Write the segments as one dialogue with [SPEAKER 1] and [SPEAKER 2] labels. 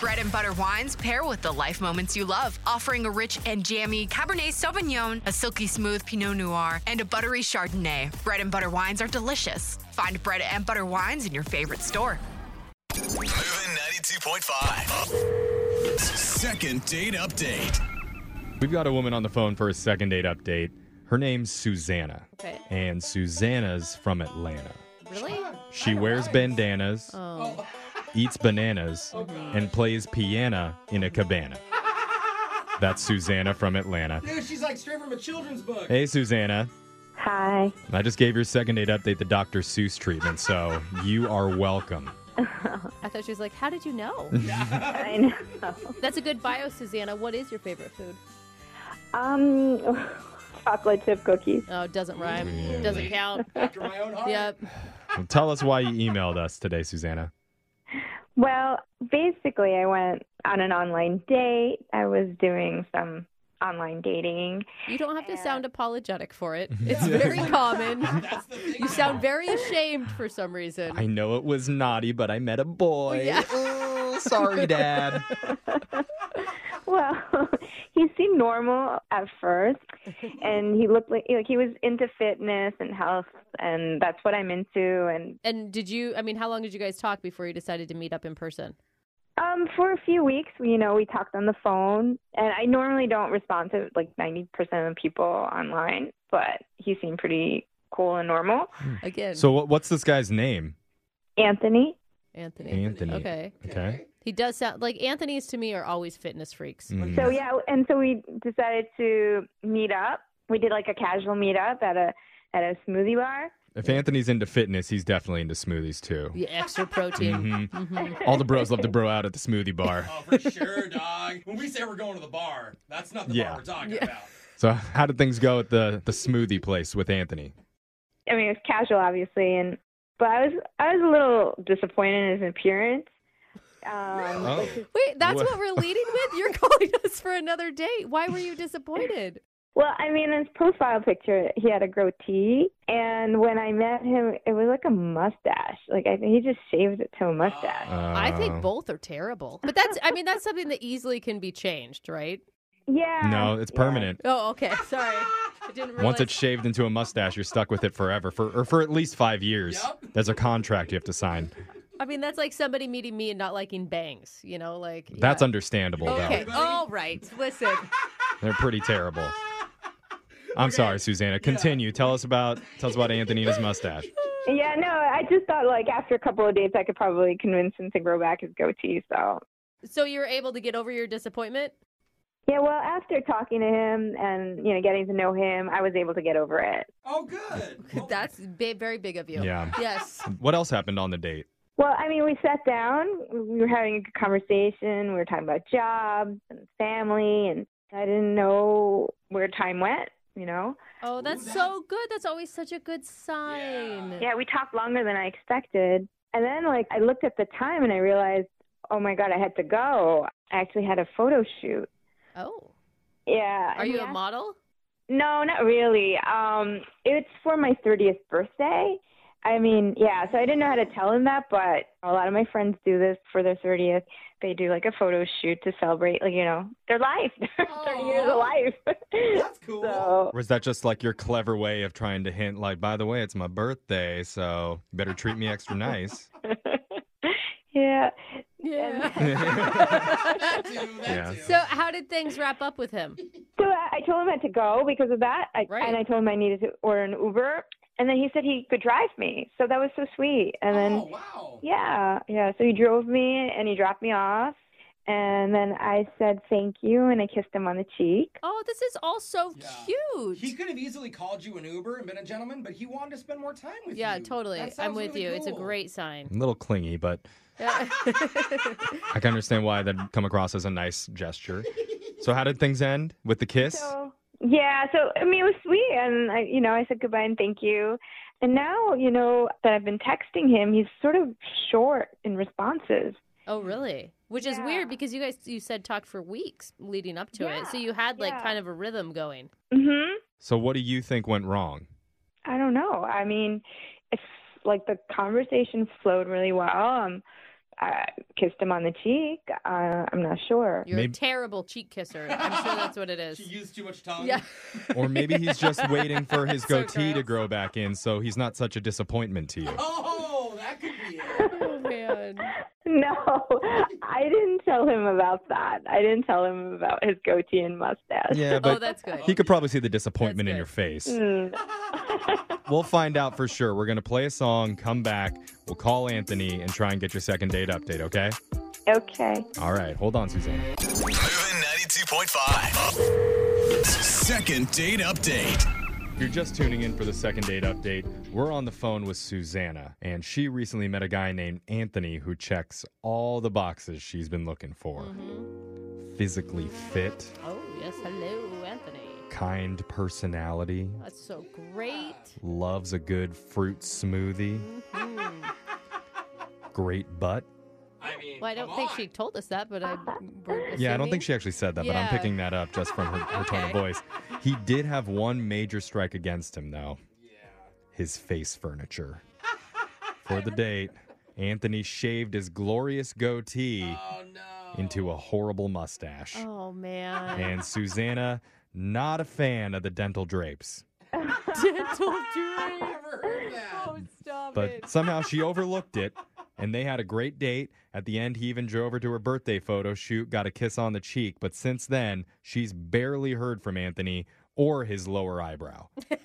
[SPEAKER 1] Bread and butter wines pair with the life moments you love, offering a rich and jammy Cabernet Sauvignon, a silky smooth Pinot Noir, and a buttery Chardonnay. Bread and butter wines are delicious. Find bread and butter wines in your favorite store.
[SPEAKER 2] Moving 92.5. Second date update.
[SPEAKER 3] We've got a woman on the phone for a second date update. Her name's Susanna.
[SPEAKER 4] Okay.
[SPEAKER 3] And Susanna's from Atlanta.
[SPEAKER 4] Really?
[SPEAKER 3] She wears bandanas,
[SPEAKER 4] Oh.
[SPEAKER 3] eats bananas, and plays piano in a cabana. That's Susanna from Atlanta.
[SPEAKER 5] Dude, she's like straight from a children's book.
[SPEAKER 3] Hey, Susanna.
[SPEAKER 6] Hi.
[SPEAKER 3] I just gave your second date update the Dr. Seuss treatment, so you are welcome.
[SPEAKER 4] I thought she was like, how did you know?
[SPEAKER 6] I know.
[SPEAKER 4] That's a good bio, Susanna. What is your favorite food?
[SPEAKER 6] Um, chocolate chip cookies.
[SPEAKER 4] Oh, it doesn't rhyme. Doesn't count.
[SPEAKER 5] After my own heart.
[SPEAKER 4] Yep.
[SPEAKER 3] Well, tell us why you emailed us today, Susanna.
[SPEAKER 6] Well, basically, I went on an online date. I was doing some online dating.
[SPEAKER 4] You don't have to sound apologetic for it. It's very common.
[SPEAKER 5] That's the thing.
[SPEAKER 4] You sound very ashamed for some reason.
[SPEAKER 3] I know it was naughty, but I met a boy.
[SPEAKER 4] Yeah.
[SPEAKER 3] Ooh, sorry, Dad.
[SPEAKER 6] Well, he seemed normal at first, and he looked like like he was into fitness and health, and that's what I'm into. And
[SPEAKER 4] And did you, I mean, how long did you guys talk before you decided to meet up in person?
[SPEAKER 6] um, for a few weeks, you know, we talked on the phone, and I normally don't respond to like 90% of people online, but he seemed pretty cool and normal.
[SPEAKER 4] Hmm. Again,
[SPEAKER 3] Hmm. so, what, what's this guy's name?
[SPEAKER 6] Anthony,
[SPEAKER 4] Anthony.
[SPEAKER 3] Anthony.
[SPEAKER 4] Okay.
[SPEAKER 3] Okay.
[SPEAKER 4] He does sound like Anthony's to me are always fitness freaks.
[SPEAKER 3] Mm.
[SPEAKER 6] So yeah, and so we decided to meet up. We did like a casual meet up at a at a smoothie bar.
[SPEAKER 3] If Anthony's into fitness, he's definitely into smoothies too.
[SPEAKER 4] Yeah, extra protein.
[SPEAKER 3] Mhm. All the bros love to bro out at the smoothie bar.
[SPEAKER 5] Oh, for sure, dog. When we say we're going to the bar, that's not the
[SPEAKER 3] Yeah.
[SPEAKER 5] bar we're talking about.
[SPEAKER 3] So, how did things go at the, the smoothie place with Anthony?
[SPEAKER 6] I mean, it was casual, obviously, and but I was I was a little disappointed in his appearance. Um,
[SPEAKER 3] Oh.
[SPEAKER 4] Wait, that's
[SPEAKER 3] What-
[SPEAKER 4] what we're leading with? You're calling us for another date. Why were you disappointed?
[SPEAKER 6] Well, I mean, in his profile picture, he had a goatee, and when I met him, it was like a mustache. Like I think he just shaved it to a mustache.
[SPEAKER 4] I think
[SPEAKER 3] Uh,
[SPEAKER 4] both are terrible. But that's, I mean, that's something that easily can be changed, right?
[SPEAKER 6] Yeah.
[SPEAKER 3] No, it's
[SPEAKER 6] yeah.
[SPEAKER 3] permanent.
[SPEAKER 4] Oh, okay. Sorry. I didn't realize.
[SPEAKER 3] Once it's shaved into a mustache, you're stuck with it forever, for or for at least five years.
[SPEAKER 5] Yep.
[SPEAKER 3] There's a contract you have to sign.
[SPEAKER 4] I mean, that's like somebody meeting me and not liking bangs, you know, like.
[SPEAKER 3] That's
[SPEAKER 4] yeah.
[SPEAKER 3] understandable,
[SPEAKER 4] Okay.
[SPEAKER 3] though.
[SPEAKER 4] All right. Listen.
[SPEAKER 3] They're pretty terrible. I'm sorry, Susanna. Continue. Tell us about tell us about Anthony and his mustache.
[SPEAKER 6] Yeah, no, I just thought like after a couple of dates, I could probably convince him to grow back his goatee. So
[SPEAKER 4] So you were able to get over your disappointment?
[SPEAKER 6] Yeah, well, after talking to him and you know getting to know him, I was able to get over it.
[SPEAKER 5] Oh, good. Well,
[SPEAKER 4] That's big, very big of you.
[SPEAKER 3] Yeah.
[SPEAKER 4] Yes.
[SPEAKER 3] What else happened on the date?
[SPEAKER 6] Well, I mean, we sat down, we were having a good conversation, we were talking about jobs and family, and I didn't know where time went. You know?
[SPEAKER 4] Oh, that's so good. That's always such a good sign.
[SPEAKER 6] Yeah, we talked longer than I expected, and then like I looked at the time and I realized, oh my god, I had to go. I actually had a photo shoot.
[SPEAKER 4] Oh.
[SPEAKER 6] Yeah.
[SPEAKER 4] Are
[SPEAKER 6] and
[SPEAKER 4] you
[SPEAKER 6] he
[SPEAKER 4] a
[SPEAKER 6] asked-
[SPEAKER 4] model?
[SPEAKER 6] No, not really. Um, it's for my 30th birthday. I mean, yeah, so I didn't know how to tell him that, but a lot of my friends do this for their 30th. They do like a photo shoot to celebrate, like, you know, their life, their 30 years of life.
[SPEAKER 5] that's cool.
[SPEAKER 6] so,
[SPEAKER 3] Or is that just like your clever way of trying to hint, like, by the way, it's my birthday, so you better treat me extra nice?
[SPEAKER 6] yeah.
[SPEAKER 5] That too, that
[SPEAKER 3] Yeah.
[SPEAKER 5] too.
[SPEAKER 4] So how did things wrap up with him?
[SPEAKER 6] So I I told him I had to go because of that, I,
[SPEAKER 4] Right.
[SPEAKER 6] and I told him I needed to order an Uber. And then he said he could drive me. So that was so sweet. And then
[SPEAKER 5] oh, wow.
[SPEAKER 6] Yeah, yeah. So he drove me and he dropped me off. And then I said thank you and I kissed him on the cheek.
[SPEAKER 4] Oh, this is all so
[SPEAKER 5] Yeah.
[SPEAKER 4] cute.
[SPEAKER 5] He could have easily called you an Uber and been a gentleman, but he wanted to spend more time with
[SPEAKER 4] yeah,
[SPEAKER 5] you.
[SPEAKER 4] totally.
[SPEAKER 5] That sounds
[SPEAKER 4] I'm with
[SPEAKER 5] really
[SPEAKER 4] you. It's a
[SPEAKER 5] cool.
[SPEAKER 4] great sign.
[SPEAKER 3] A little clingy, but
[SPEAKER 4] Yeah.
[SPEAKER 3] I can understand why that'd come across as a nice gesture. So, how did things end with the kiss?
[SPEAKER 6] So yeah, so I mean it was sweet and I you know, I said goodbye and thank you. And now, you know, that I've been texting him, he's sort of short in responses.
[SPEAKER 4] oh, really? Which is
[SPEAKER 6] Yeah.
[SPEAKER 4] weird because you guys you said talked for weeks leading up to it. So
[SPEAKER 6] Yeah,
[SPEAKER 4] you had like
[SPEAKER 6] yeah.
[SPEAKER 4] kind of a rhythm going.
[SPEAKER 6] Mhm.
[SPEAKER 3] So, what do you think went wrong?
[SPEAKER 6] I don't know. I mean, it's like the conversation flowed really well. Um I kissed him on the cheek. Uh, I'm not sure.
[SPEAKER 4] You're
[SPEAKER 3] Maybe-
[SPEAKER 4] a terrible cheek kisser. I'm sure that's what it is.
[SPEAKER 5] She used too much tongue.
[SPEAKER 4] Yeah.
[SPEAKER 3] Or maybe he's just waiting for his
[SPEAKER 4] So
[SPEAKER 3] goatee to
[SPEAKER 4] gross.
[SPEAKER 3] grow back in so he's not such a disappointment to you.
[SPEAKER 5] Oh, that could be it.
[SPEAKER 4] Oh man.
[SPEAKER 6] No, I didn't tell him about that. I didn't tell him about his goatee and mustache.
[SPEAKER 3] Yeah,
[SPEAKER 4] Oh,
[SPEAKER 3] but
[SPEAKER 4] that's good.
[SPEAKER 3] he could probably see the disappointment in
[SPEAKER 4] good.
[SPEAKER 3] your face.
[SPEAKER 6] Mm.
[SPEAKER 3] We'll find out for sure. We're going to play a song, come back, we'll call Anthony and try and get your second date update, okay?
[SPEAKER 6] Okay.
[SPEAKER 3] All right, hold on, Susanna.
[SPEAKER 2] Moving 92.5. Second date update.
[SPEAKER 3] If you're just tuning in for the second date update, we're on the phone with Susanna, and she recently met a guy named Anthony who checks all the boxes she's been looking for physically fit,
[SPEAKER 4] Oh yes, hello, Anthony.
[SPEAKER 3] kind personality,
[SPEAKER 4] That's so great.
[SPEAKER 3] loves a good fruit smoothie, great butt.
[SPEAKER 5] I mean,
[SPEAKER 4] Well, I don't
[SPEAKER 5] come
[SPEAKER 4] think
[SPEAKER 5] on.
[SPEAKER 4] she told us that, but I.
[SPEAKER 3] Yeah, I don't think she actually said that, but I'm
[SPEAKER 4] Yeah.
[SPEAKER 3] picking that up just from her, her tone of voice. He did have one major strike against him, though his face furniture. For the date, Anthony shaved his glorious goatee
[SPEAKER 5] Oh no.
[SPEAKER 3] into a horrible mustache.
[SPEAKER 4] Oh man.
[SPEAKER 3] And Susanna, not a fan of the dental drapes,
[SPEAKER 4] Dental
[SPEAKER 5] I
[SPEAKER 4] drain.
[SPEAKER 5] never heard that.
[SPEAKER 4] Oh, stop
[SPEAKER 3] but
[SPEAKER 4] it.
[SPEAKER 3] somehow she overlooked it. And they had a great date. At the end, he even drove her to her birthday photo shoot, got a kiss on the cheek. But since then, she's barely heard from Anthony or his lower eyebrow.
[SPEAKER 5] Where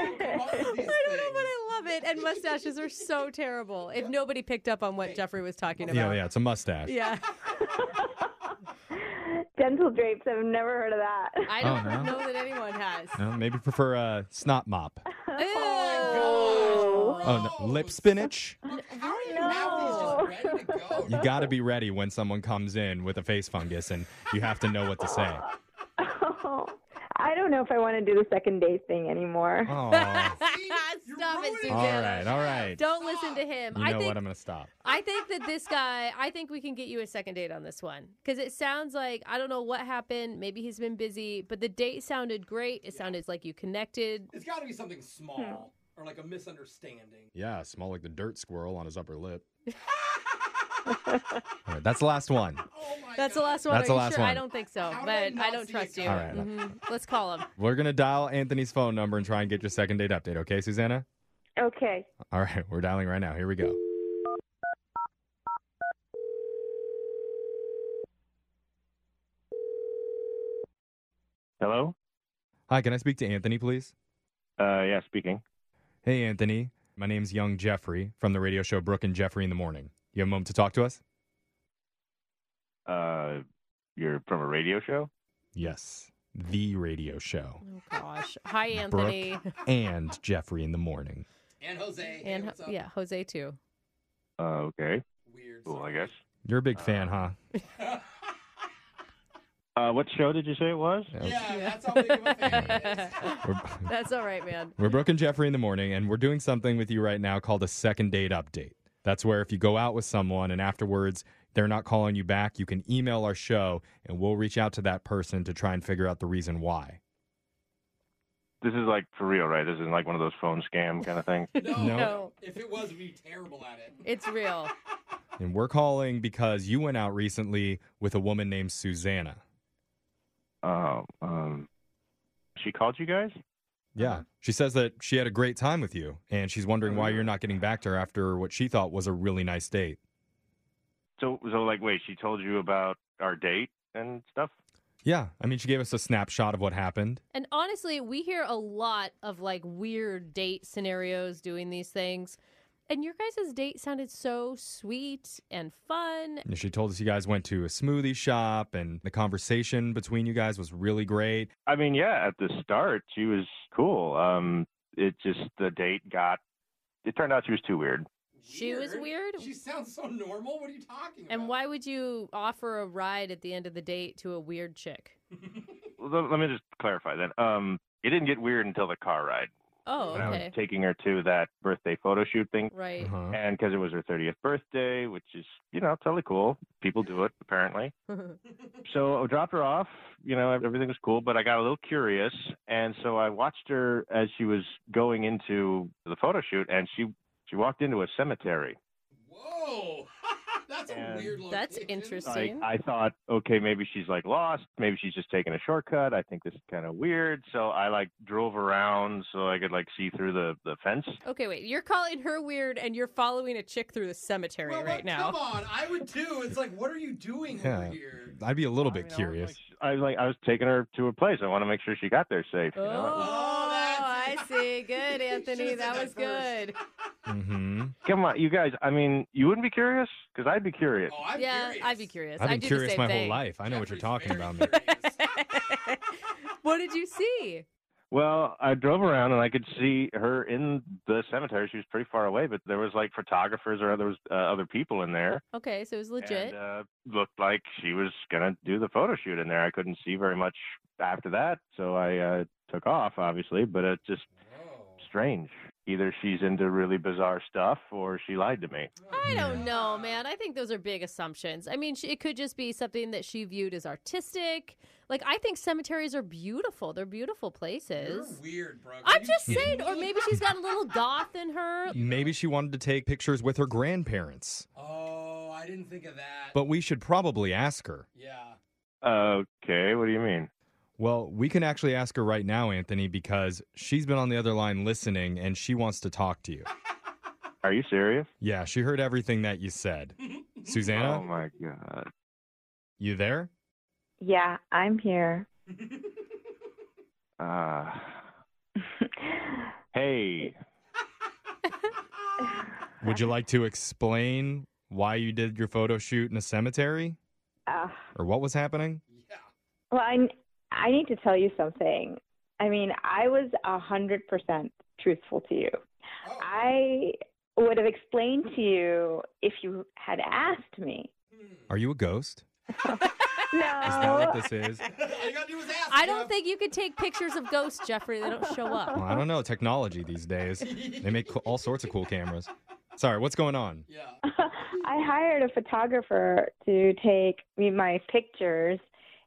[SPEAKER 5] did you come up with these
[SPEAKER 4] I don't know, but
[SPEAKER 5] things?
[SPEAKER 4] I love it. And mustaches are so terrible. If nobody picked up on what Jeffrey was talking
[SPEAKER 3] Yeah,
[SPEAKER 4] about.
[SPEAKER 3] yeah, it's a mustache.
[SPEAKER 4] Yeah.
[SPEAKER 6] Dental drapes. I've never heard of that.
[SPEAKER 4] I
[SPEAKER 3] Oh,
[SPEAKER 4] don't
[SPEAKER 3] no.
[SPEAKER 4] know that anyone has.
[SPEAKER 3] No, Uh, maybe prefer a snot mop.
[SPEAKER 4] Oh,
[SPEAKER 3] Oh, no. lip spinach.
[SPEAKER 5] How do you have these just ready to go?
[SPEAKER 3] You got to be ready when someone comes in with a face fungus, and you have to know what to say.
[SPEAKER 6] I don't know if I want to do the second date thing anymore.
[SPEAKER 3] Oh, all
[SPEAKER 4] Stop it, Susanna.
[SPEAKER 3] right, all right.
[SPEAKER 4] Don't listen to him.
[SPEAKER 3] You
[SPEAKER 4] I
[SPEAKER 3] know
[SPEAKER 4] think
[SPEAKER 3] what? I'm gonna stop.
[SPEAKER 4] I think that this guy, I think we can get you a second date on this one because it sounds like I don't know what happened. Maybe he's been busy, but the date sounded great. It sounded like you connected.
[SPEAKER 5] It's got to be something small
[SPEAKER 4] Hmm.
[SPEAKER 5] or like a misunderstanding.
[SPEAKER 3] Yeah, smell like the dirt squirrel on his upper lip. all right, that's the last one.
[SPEAKER 5] Oh my
[SPEAKER 4] That's the
[SPEAKER 5] God.
[SPEAKER 4] last one.
[SPEAKER 3] That's
[SPEAKER 4] Are
[SPEAKER 3] the
[SPEAKER 4] you
[SPEAKER 3] last
[SPEAKER 4] sure? I
[SPEAKER 3] one.
[SPEAKER 4] don't think so,
[SPEAKER 5] How did I
[SPEAKER 4] but
[SPEAKER 5] not
[SPEAKER 4] I don't
[SPEAKER 5] see
[SPEAKER 4] trust
[SPEAKER 5] it
[SPEAKER 4] you.
[SPEAKER 5] coming?
[SPEAKER 3] All right.
[SPEAKER 4] Mhm. Let's call him.
[SPEAKER 3] We're gonna dial Anthony's phone number and try and get your second date update. Okay, Susanna.
[SPEAKER 6] Okay.
[SPEAKER 3] All right, we're dialing right now. Here we go.
[SPEAKER 7] Hello?
[SPEAKER 3] Hi, can I speak to Anthony, please?
[SPEAKER 7] Uh, yeah, speaking.
[SPEAKER 3] Hey, Anthony. My name's Young Jeffrey from the radio show Brooke and Jeffrey in the Morning. You have a moment to talk to us?
[SPEAKER 7] Uh, you're from a radio show?
[SPEAKER 3] Yes, the radio show
[SPEAKER 4] Oh, gosh. Hi, Anthony.
[SPEAKER 3] and Jeffrey in the Morning.
[SPEAKER 5] And Jose. Hey,
[SPEAKER 4] And
[SPEAKER 5] what's up?
[SPEAKER 4] yeah, Jose, too.
[SPEAKER 7] Uh, okay.
[SPEAKER 5] Weird.
[SPEAKER 7] Cool, I
[SPEAKER 5] sorry.
[SPEAKER 7] guess.
[SPEAKER 3] You're a big fan, huh?
[SPEAKER 7] Uh, what show did you say it was?
[SPEAKER 5] Yeah, that's how big of a fan he is.
[SPEAKER 3] We're,
[SPEAKER 4] That's all right, man.
[SPEAKER 3] we're Brooke and Jeffrey in the Morning, and we're doing something with you right now called a second date update. That's where if you go out with someone and afterwards they're not calling you back, you can email our show and we'll reach out to that person to try and figure out the reason why.
[SPEAKER 7] This is like for real, right? This isn't like one of those phone scam kind of things.
[SPEAKER 5] No,
[SPEAKER 3] No.
[SPEAKER 4] No.
[SPEAKER 5] If it was, we'd be terrible at it.
[SPEAKER 4] It's real.
[SPEAKER 3] And we're calling because you went out recently with a woman named Susanna.
[SPEAKER 7] Oh, um, she called you guys?
[SPEAKER 3] Yeah. She says that she had a great time with you and she's wondering why you're not getting back to her after what she thought was a really nice date.
[SPEAKER 7] So, so like, wait, she told you about our date and stuff?
[SPEAKER 3] Yeah. I mean, she gave us a snapshot of what happened.
[SPEAKER 4] And honestly, we hear a lot of like weird date scenarios doing these things. And your guys' date sounded so sweet and fun.
[SPEAKER 3] And she told us you guys went to a smoothie shop and the conversation between you guys was really great.
[SPEAKER 7] I mean, yeah, at the start, she was cool. Um, it just, the date got, it turned out she was too weird.
[SPEAKER 4] She was weird?
[SPEAKER 5] She sounds so normal. What are you talking about?
[SPEAKER 4] And why would you offer a ride at the end of the date to a weird chick?
[SPEAKER 7] Let let me just clarify that. Um, it didn't get weird until the car ride.
[SPEAKER 4] Oh,
[SPEAKER 7] when I was
[SPEAKER 4] okay.
[SPEAKER 7] taking her to that birthday photo shoot thing.
[SPEAKER 4] Right.
[SPEAKER 3] Uh-huh.
[SPEAKER 7] And because it was her 30th birthday, which is, you know, totally cool. People do it, apparently.
[SPEAKER 3] Uh-huh.
[SPEAKER 7] So I dropped her off. You know, everything was cool, but I got a little curious. And so I watched her as she was going into the photo shoot, and she, she walked into a cemetery.
[SPEAKER 5] Whoa, that's a
[SPEAKER 7] And-
[SPEAKER 5] weird location.
[SPEAKER 4] That's
[SPEAKER 7] I,
[SPEAKER 4] interesting.
[SPEAKER 7] I thought, okay, maybe she's like lost. Maybe she's just taking a shortcut. I think this is kind of weird. So I like drove around so I could like see through the, the fence.
[SPEAKER 4] Okay, wait. You're calling her weird, and you're following a chick through the cemetery
[SPEAKER 5] Well,
[SPEAKER 4] right
[SPEAKER 5] but
[SPEAKER 4] now.
[SPEAKER 5] Come on, I would too. It's like, what are you doing
[SPEAKER 3] Yeah.
[SPEAKER 5] over here?
[SPEAKER 3] I'd be a little
[SPEAKER 7] I
[SPEAKER 3] bit
[SPEAKER 7] mean, I was
[SPEAKER 3] curious.
[SPEAKER 7] like- I was like, I was taking her to a place. I want to make sure she got there safe.
[SPEAKER 4] Oh,
[SPEAKER 7] You know?
[SPEAKER 4] I
[SPEAKER 5] Oh, that's-
[SPEAKER 4] see. Good,
[SPEAKER 5] You
[SPEAKER 4] Anthony.
[SPEAKER 5] should've
[SPEAKER 4] That
[SPEAKER 5] said
[SPEAKER 4] was
[SPEAKER 5] that
[SPEAKER 4] good.
[SPEAKER 3] hmm
[SPEAKER 7] Come on, you guys. I mean, you wouldn't be curious because I'd be curious.
[SPEAKER 5] Oh, I'm
[SPEAKER 4] yeah,
[SPEAKER 5] curious.
[SPEAKER 4] I'd be curious.
[SPEAKER 3] I've
[SPEAKER 4] I
[SPEAKER 3] been
[SPEAKER 4] do
[SPEAKER 3] curious
[SPEAKER 4] the same
[SPEAKER 3] my
[SPEAKER 4] thing.
[SPEAKER 3] whole life. I know what you're
[SPEAKER 5] Jeffrey's
[SPEAKER 3] talking
[SPEAKER 5] very
[SPEAKER 3] about. Man.
[SPEAKER 5] curious.
[SPEAKER 4] What did you see?
[SPEAKER 7] Well, I drove around and I could see her in the cemetery. She was pretty far away, but there was like photographers or other uh, other people in there.
[SPEAKER 4] Okay, so it was legit.
[SPEAKER 7] And, uh, looked like she was gonna do the photo shoot in there. I couldn't see very much after that, so I uh, took off, obviously. But it's just
[SPEAKER 5] Whoa.
[SPEAKER 7] strange. Either she's into really bizarre stuff, or she lied to me.
[SPEAKER 4] I don't know, man. I think those are big assumptions. I mean, she, it could just be something that she viewed as artistic. Like, I think cemeteries are beautiful. They're beautiful
[SPEAKER 5] You're
[SPEAKER 4] places.
[SPEAKER 5] weird, bro.
[SPEAKER 4] I'm just saying, or maybe she's got a little goth in her.
[SPEAKER 3] Maybe she wanted to take pictures with her grandparents,
[SPEAKER 5] Oh, I didn't think of that.
[SPEAKER 3] but we should probably ask her.
[SPEAKER 5] yeah.
[SPEAKER 7] Okay, what do you mean?
[SPEAKER 3] Well, we can actually ask her right now, Anthony, because she's been on the other line listening and she wants to talk to you.
[SPEAKER 7] Are you serious?
[SPEAKER 3] Yeah, she heard everything that you said. Susanna,
[SPEAKER 7] Oh my god.
[SPEAKER 3] you there?
[SPEAKER 6] Yeah, I'm here.
[SPEAKER 7] Uh, hey,
[SPEAKER 3] Would you like to explain why you did your photo shoot in a cemetery
[SPEAKER 6] Uh,
[SPEAKER 3] or what was happening?
[SPEAKER 5] Yeah.
[SPEAKER 6] well, I, I need to tell you something. I mean, I was a 100% truthful to you.
[SPEAKER 5] Oh.
[SPEAKER 6] I would have explained to you if you had asked me.
[SPEAKER 3] Are you a ghost? Is that
[SPEAKER 6] No.
[SPEAKER 3] what this is?
[SPEAKER 5] All you gotta do is ask.
[SPEAKER 4] I don't
[SPEAKER 5] Jeff.
[SPEAKER 4] think you could take pictures of ghosts, Jeffrey. They don't show up.
[SPEAKER 3] Well, I don't know. Technology these days, they make co- all sorts of cool cameras. Sorry, what's going on?
[SPEAKER 5] Yeah.
[SPEAKER 6] I hired a photographer to take me my pictures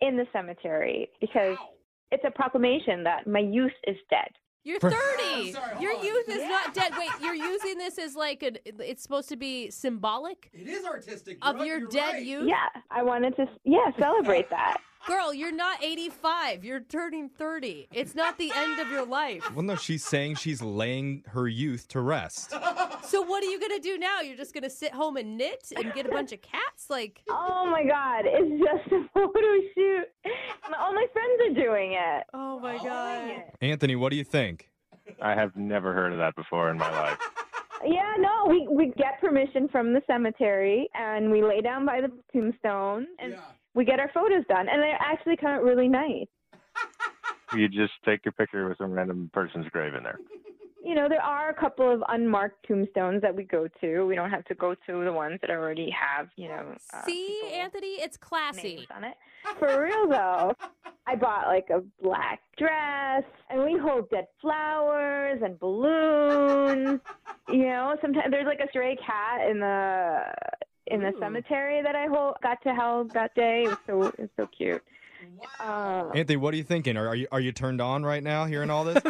[SPEAKER 6] in the cemetery because
[SPEAKER 5] Ow.
[SPEAKER 6] it's a proclamation that my youth is dead.
[SPEAKER 4] You're
[SPEAKER 3] For-
[SPEAKER 4] 30.
[SPEAKER 5] Sorry, hold
[SPEAKER 4] your
[SPEAKER 5] on.
[SPEAKER 4] youth is not dead. Wait, you're using this as like an, it's supposed to be symbolic
[SPEAKER 5] It is artistic.
[SPEAKER 4] of
[SPEAKER 5] bro.
[SPEAKER 4] your
[SPEAKER 5] You're
[SPEAKER 4] dead
[SPEAKER 5] right.
[SPEAKER 4] youth.
[SPEAKER 6] Yeah, I wanted to yeah, celebrate that.
[SPEAKER 4] Girl, you're not 85. You're turning 30. It's not the end of your life.
[SPEAKER 3] Well, no, she's saying she's laying her youth to rest.
[SPEAKER 4] So what are you going to do now? You're just going to sit home and knit and get a bunch of cats like
[SPEAKER 6] Oh my god, it's just a photo shoot. And all my friends are doing it.
[SPEAKER 4] Oh my god.
[SPEAKER 3] Anthony, what do you think?
[SPEAKER 7] I have never heard of that before in my life.
[SPEAKER 6] Yeah, no, we we get permission from the cemetery and we lay down by the tombstone and
[SPEAKER 5] Yeah.
[SPEAKER 6] we get our photos done and they actually come out really nice.
[SPEAKER 7] You just take your picture with some random person's grave in there.
[SPEAKER 6] You know, there are a couple of unmarked tombstones that we go to. We don't have to go to the ones that already have, you know, uh,
[SPEAKER 4] See,
[SPEAKER 6] people-
[SPEAKER 4] Anthony, it's
[SPEAKER 6] names
[SPEAKER 4] classy.
[SPEAKER 6] on it. For real though, I bought like a black dress, and we hold dead flowers and balloons. you know, sometimes there's like a stray cat in the in the
[SPEAKER 4] Ooh.
[SPEAKER 6] cemetery that I hold, got to hold that day. It was so it was so cute. Um,
[SPEAKER 3] Anthony, what are you thinking? Are, are you are you turned on right now hearing all this?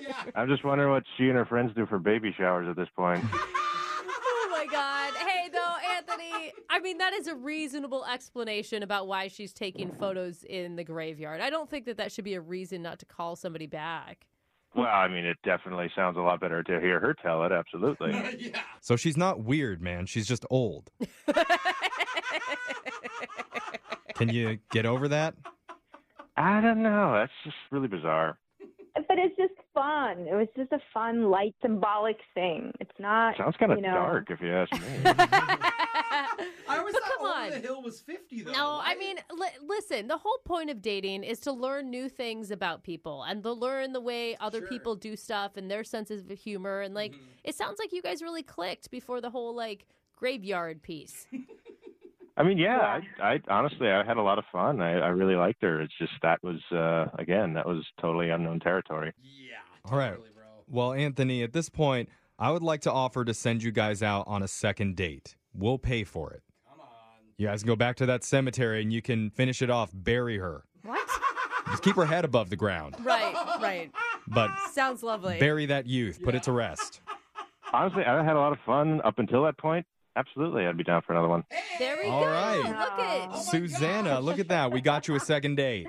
[SPEAKER 5] yeah.
[SPEAKER 7] I'm just wondering what she and her friends do for baby showers at this point.
[SPEAKER 4] Oh my god. Hey though, Anthony, I mean that is a reasonable explanation about why she's taking photos in the graveyard. I don't think that that should be a reason not to call somebody back.
[SPEAKER 7] Well, I mean, it definitely sounds a lot better to hear her tell it. Absolutely.
[SPEAKER 5] yeah.
[SPEAKER 3] so she's not weird, man. She's just old. Can you get over that?
[SPEAKER 7] I don't know. That's just really bizarre.
[SPEAKER 6] but it's just fun. It was just a fun, light, symbolic thing. It's not.
[SPEAKER 7] Sounds kind of
[SPEAKER 6] you know,
[SPEAKER 7] dark, if you ask me.
[SPEAKER 5] I always
[SPEAKER 4] But
[SPEAKER 5] thought
[SPEAKER 4] come
[SPEAKER 5] Over
[SPEAKER 4] on.
[SPEAKER 5] the Hill was 50, though.
[SPEAKER 4] No, I
[SPEAKER 5] Why-
[SPEAKER 4] mean, li- listen, the whole point of dating is to learn new things about people and to learn the way other
[SPEAKER 5] Sure.
[SPEAKER 4] people do stuff and their senses of humor. And like, it sounds like you guys really clicked before the whole like graveyard piece.
[SPEAKER 7] I mean, yeah. I, I honestly, I had a lot of fun. I, I really liked her. It's just that was, uh, again, that was totally unknown territory.
[SPEAKER 5] Yeah.
[SPEAKER 3] All right.
[SPEAKER 5] Totally, bro.
[SPEAKER 3] Well, Anthony, at this point, I would like to offer to send you guys out on a second date. We'll pay for it.
[SPEAKER 5] Come on.
[SPEAKER 3] You guys can go back to that cemetery and you can finish it off, bury her.
[SPEAKER 4] What?
[SPEAKER 3] Just keep her head above the ground,
[SPEAKER 4] right, right.
[SPEAKER 3] but
[SPEAKER 4] Sounds lovely.
[SPEAKER 3] bury that youth, put it to rest.
[SPEAKER 7] honestly, I had a lot of fun up until that point. Absolutely, I'd be down for another one.
[SPEAKER 4] There we
[SPEAKER 3] All
[SPEAKER 4] go.
[SPEAKER 3] right.
[SPEAKER 4] Look at
[SPEAKER 5] Oh my
[SPEAKER 3] Susanna,
[SPEAKER 5] gosh.
[SPEAKER 3] look at that. We got you a second date.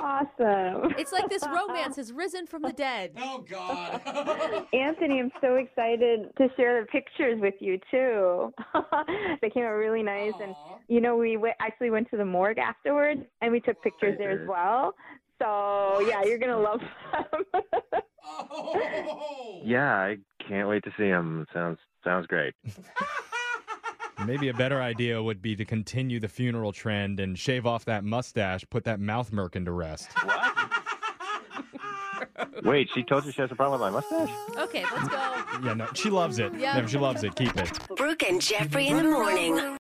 [SPEAKER 6] Awesome.
[SPEAKER 4] It's like this romance has risen from the dead.
[SPEAKER 5] Oh God.
[SPEAKER 6] Anthony, I'm so excited to share the pictures with you too. they came out really nice, and
[SPEAKER 5] Aw.
[SPEAKER 6] you know we w- actually went to the morgue afterwards, and we took pictures there as well. So yeah, you're gonna love them.
[SPEAKER 5] Oh.
[SPEAKER 7] Yeah, I can't wait to see him. Sounds sounds great.
[SPEAKER 3] Maybe a better idea would be to continue the funeral trend and shave off that mustache, put that mouth merkin to rest.
[SPEAKER 7] Wait, she told you she has a problem with my mustache?
[SPEAKER 4] Okay, let's go.
[SPEAKER 3] Yeah, no, she loves it.
[SPEAKER 4] Yeah.
[SPEAKER 3] No, she loves it. Keep it.
[SPEAKER 8] Brooke and Jeffrey in the morning.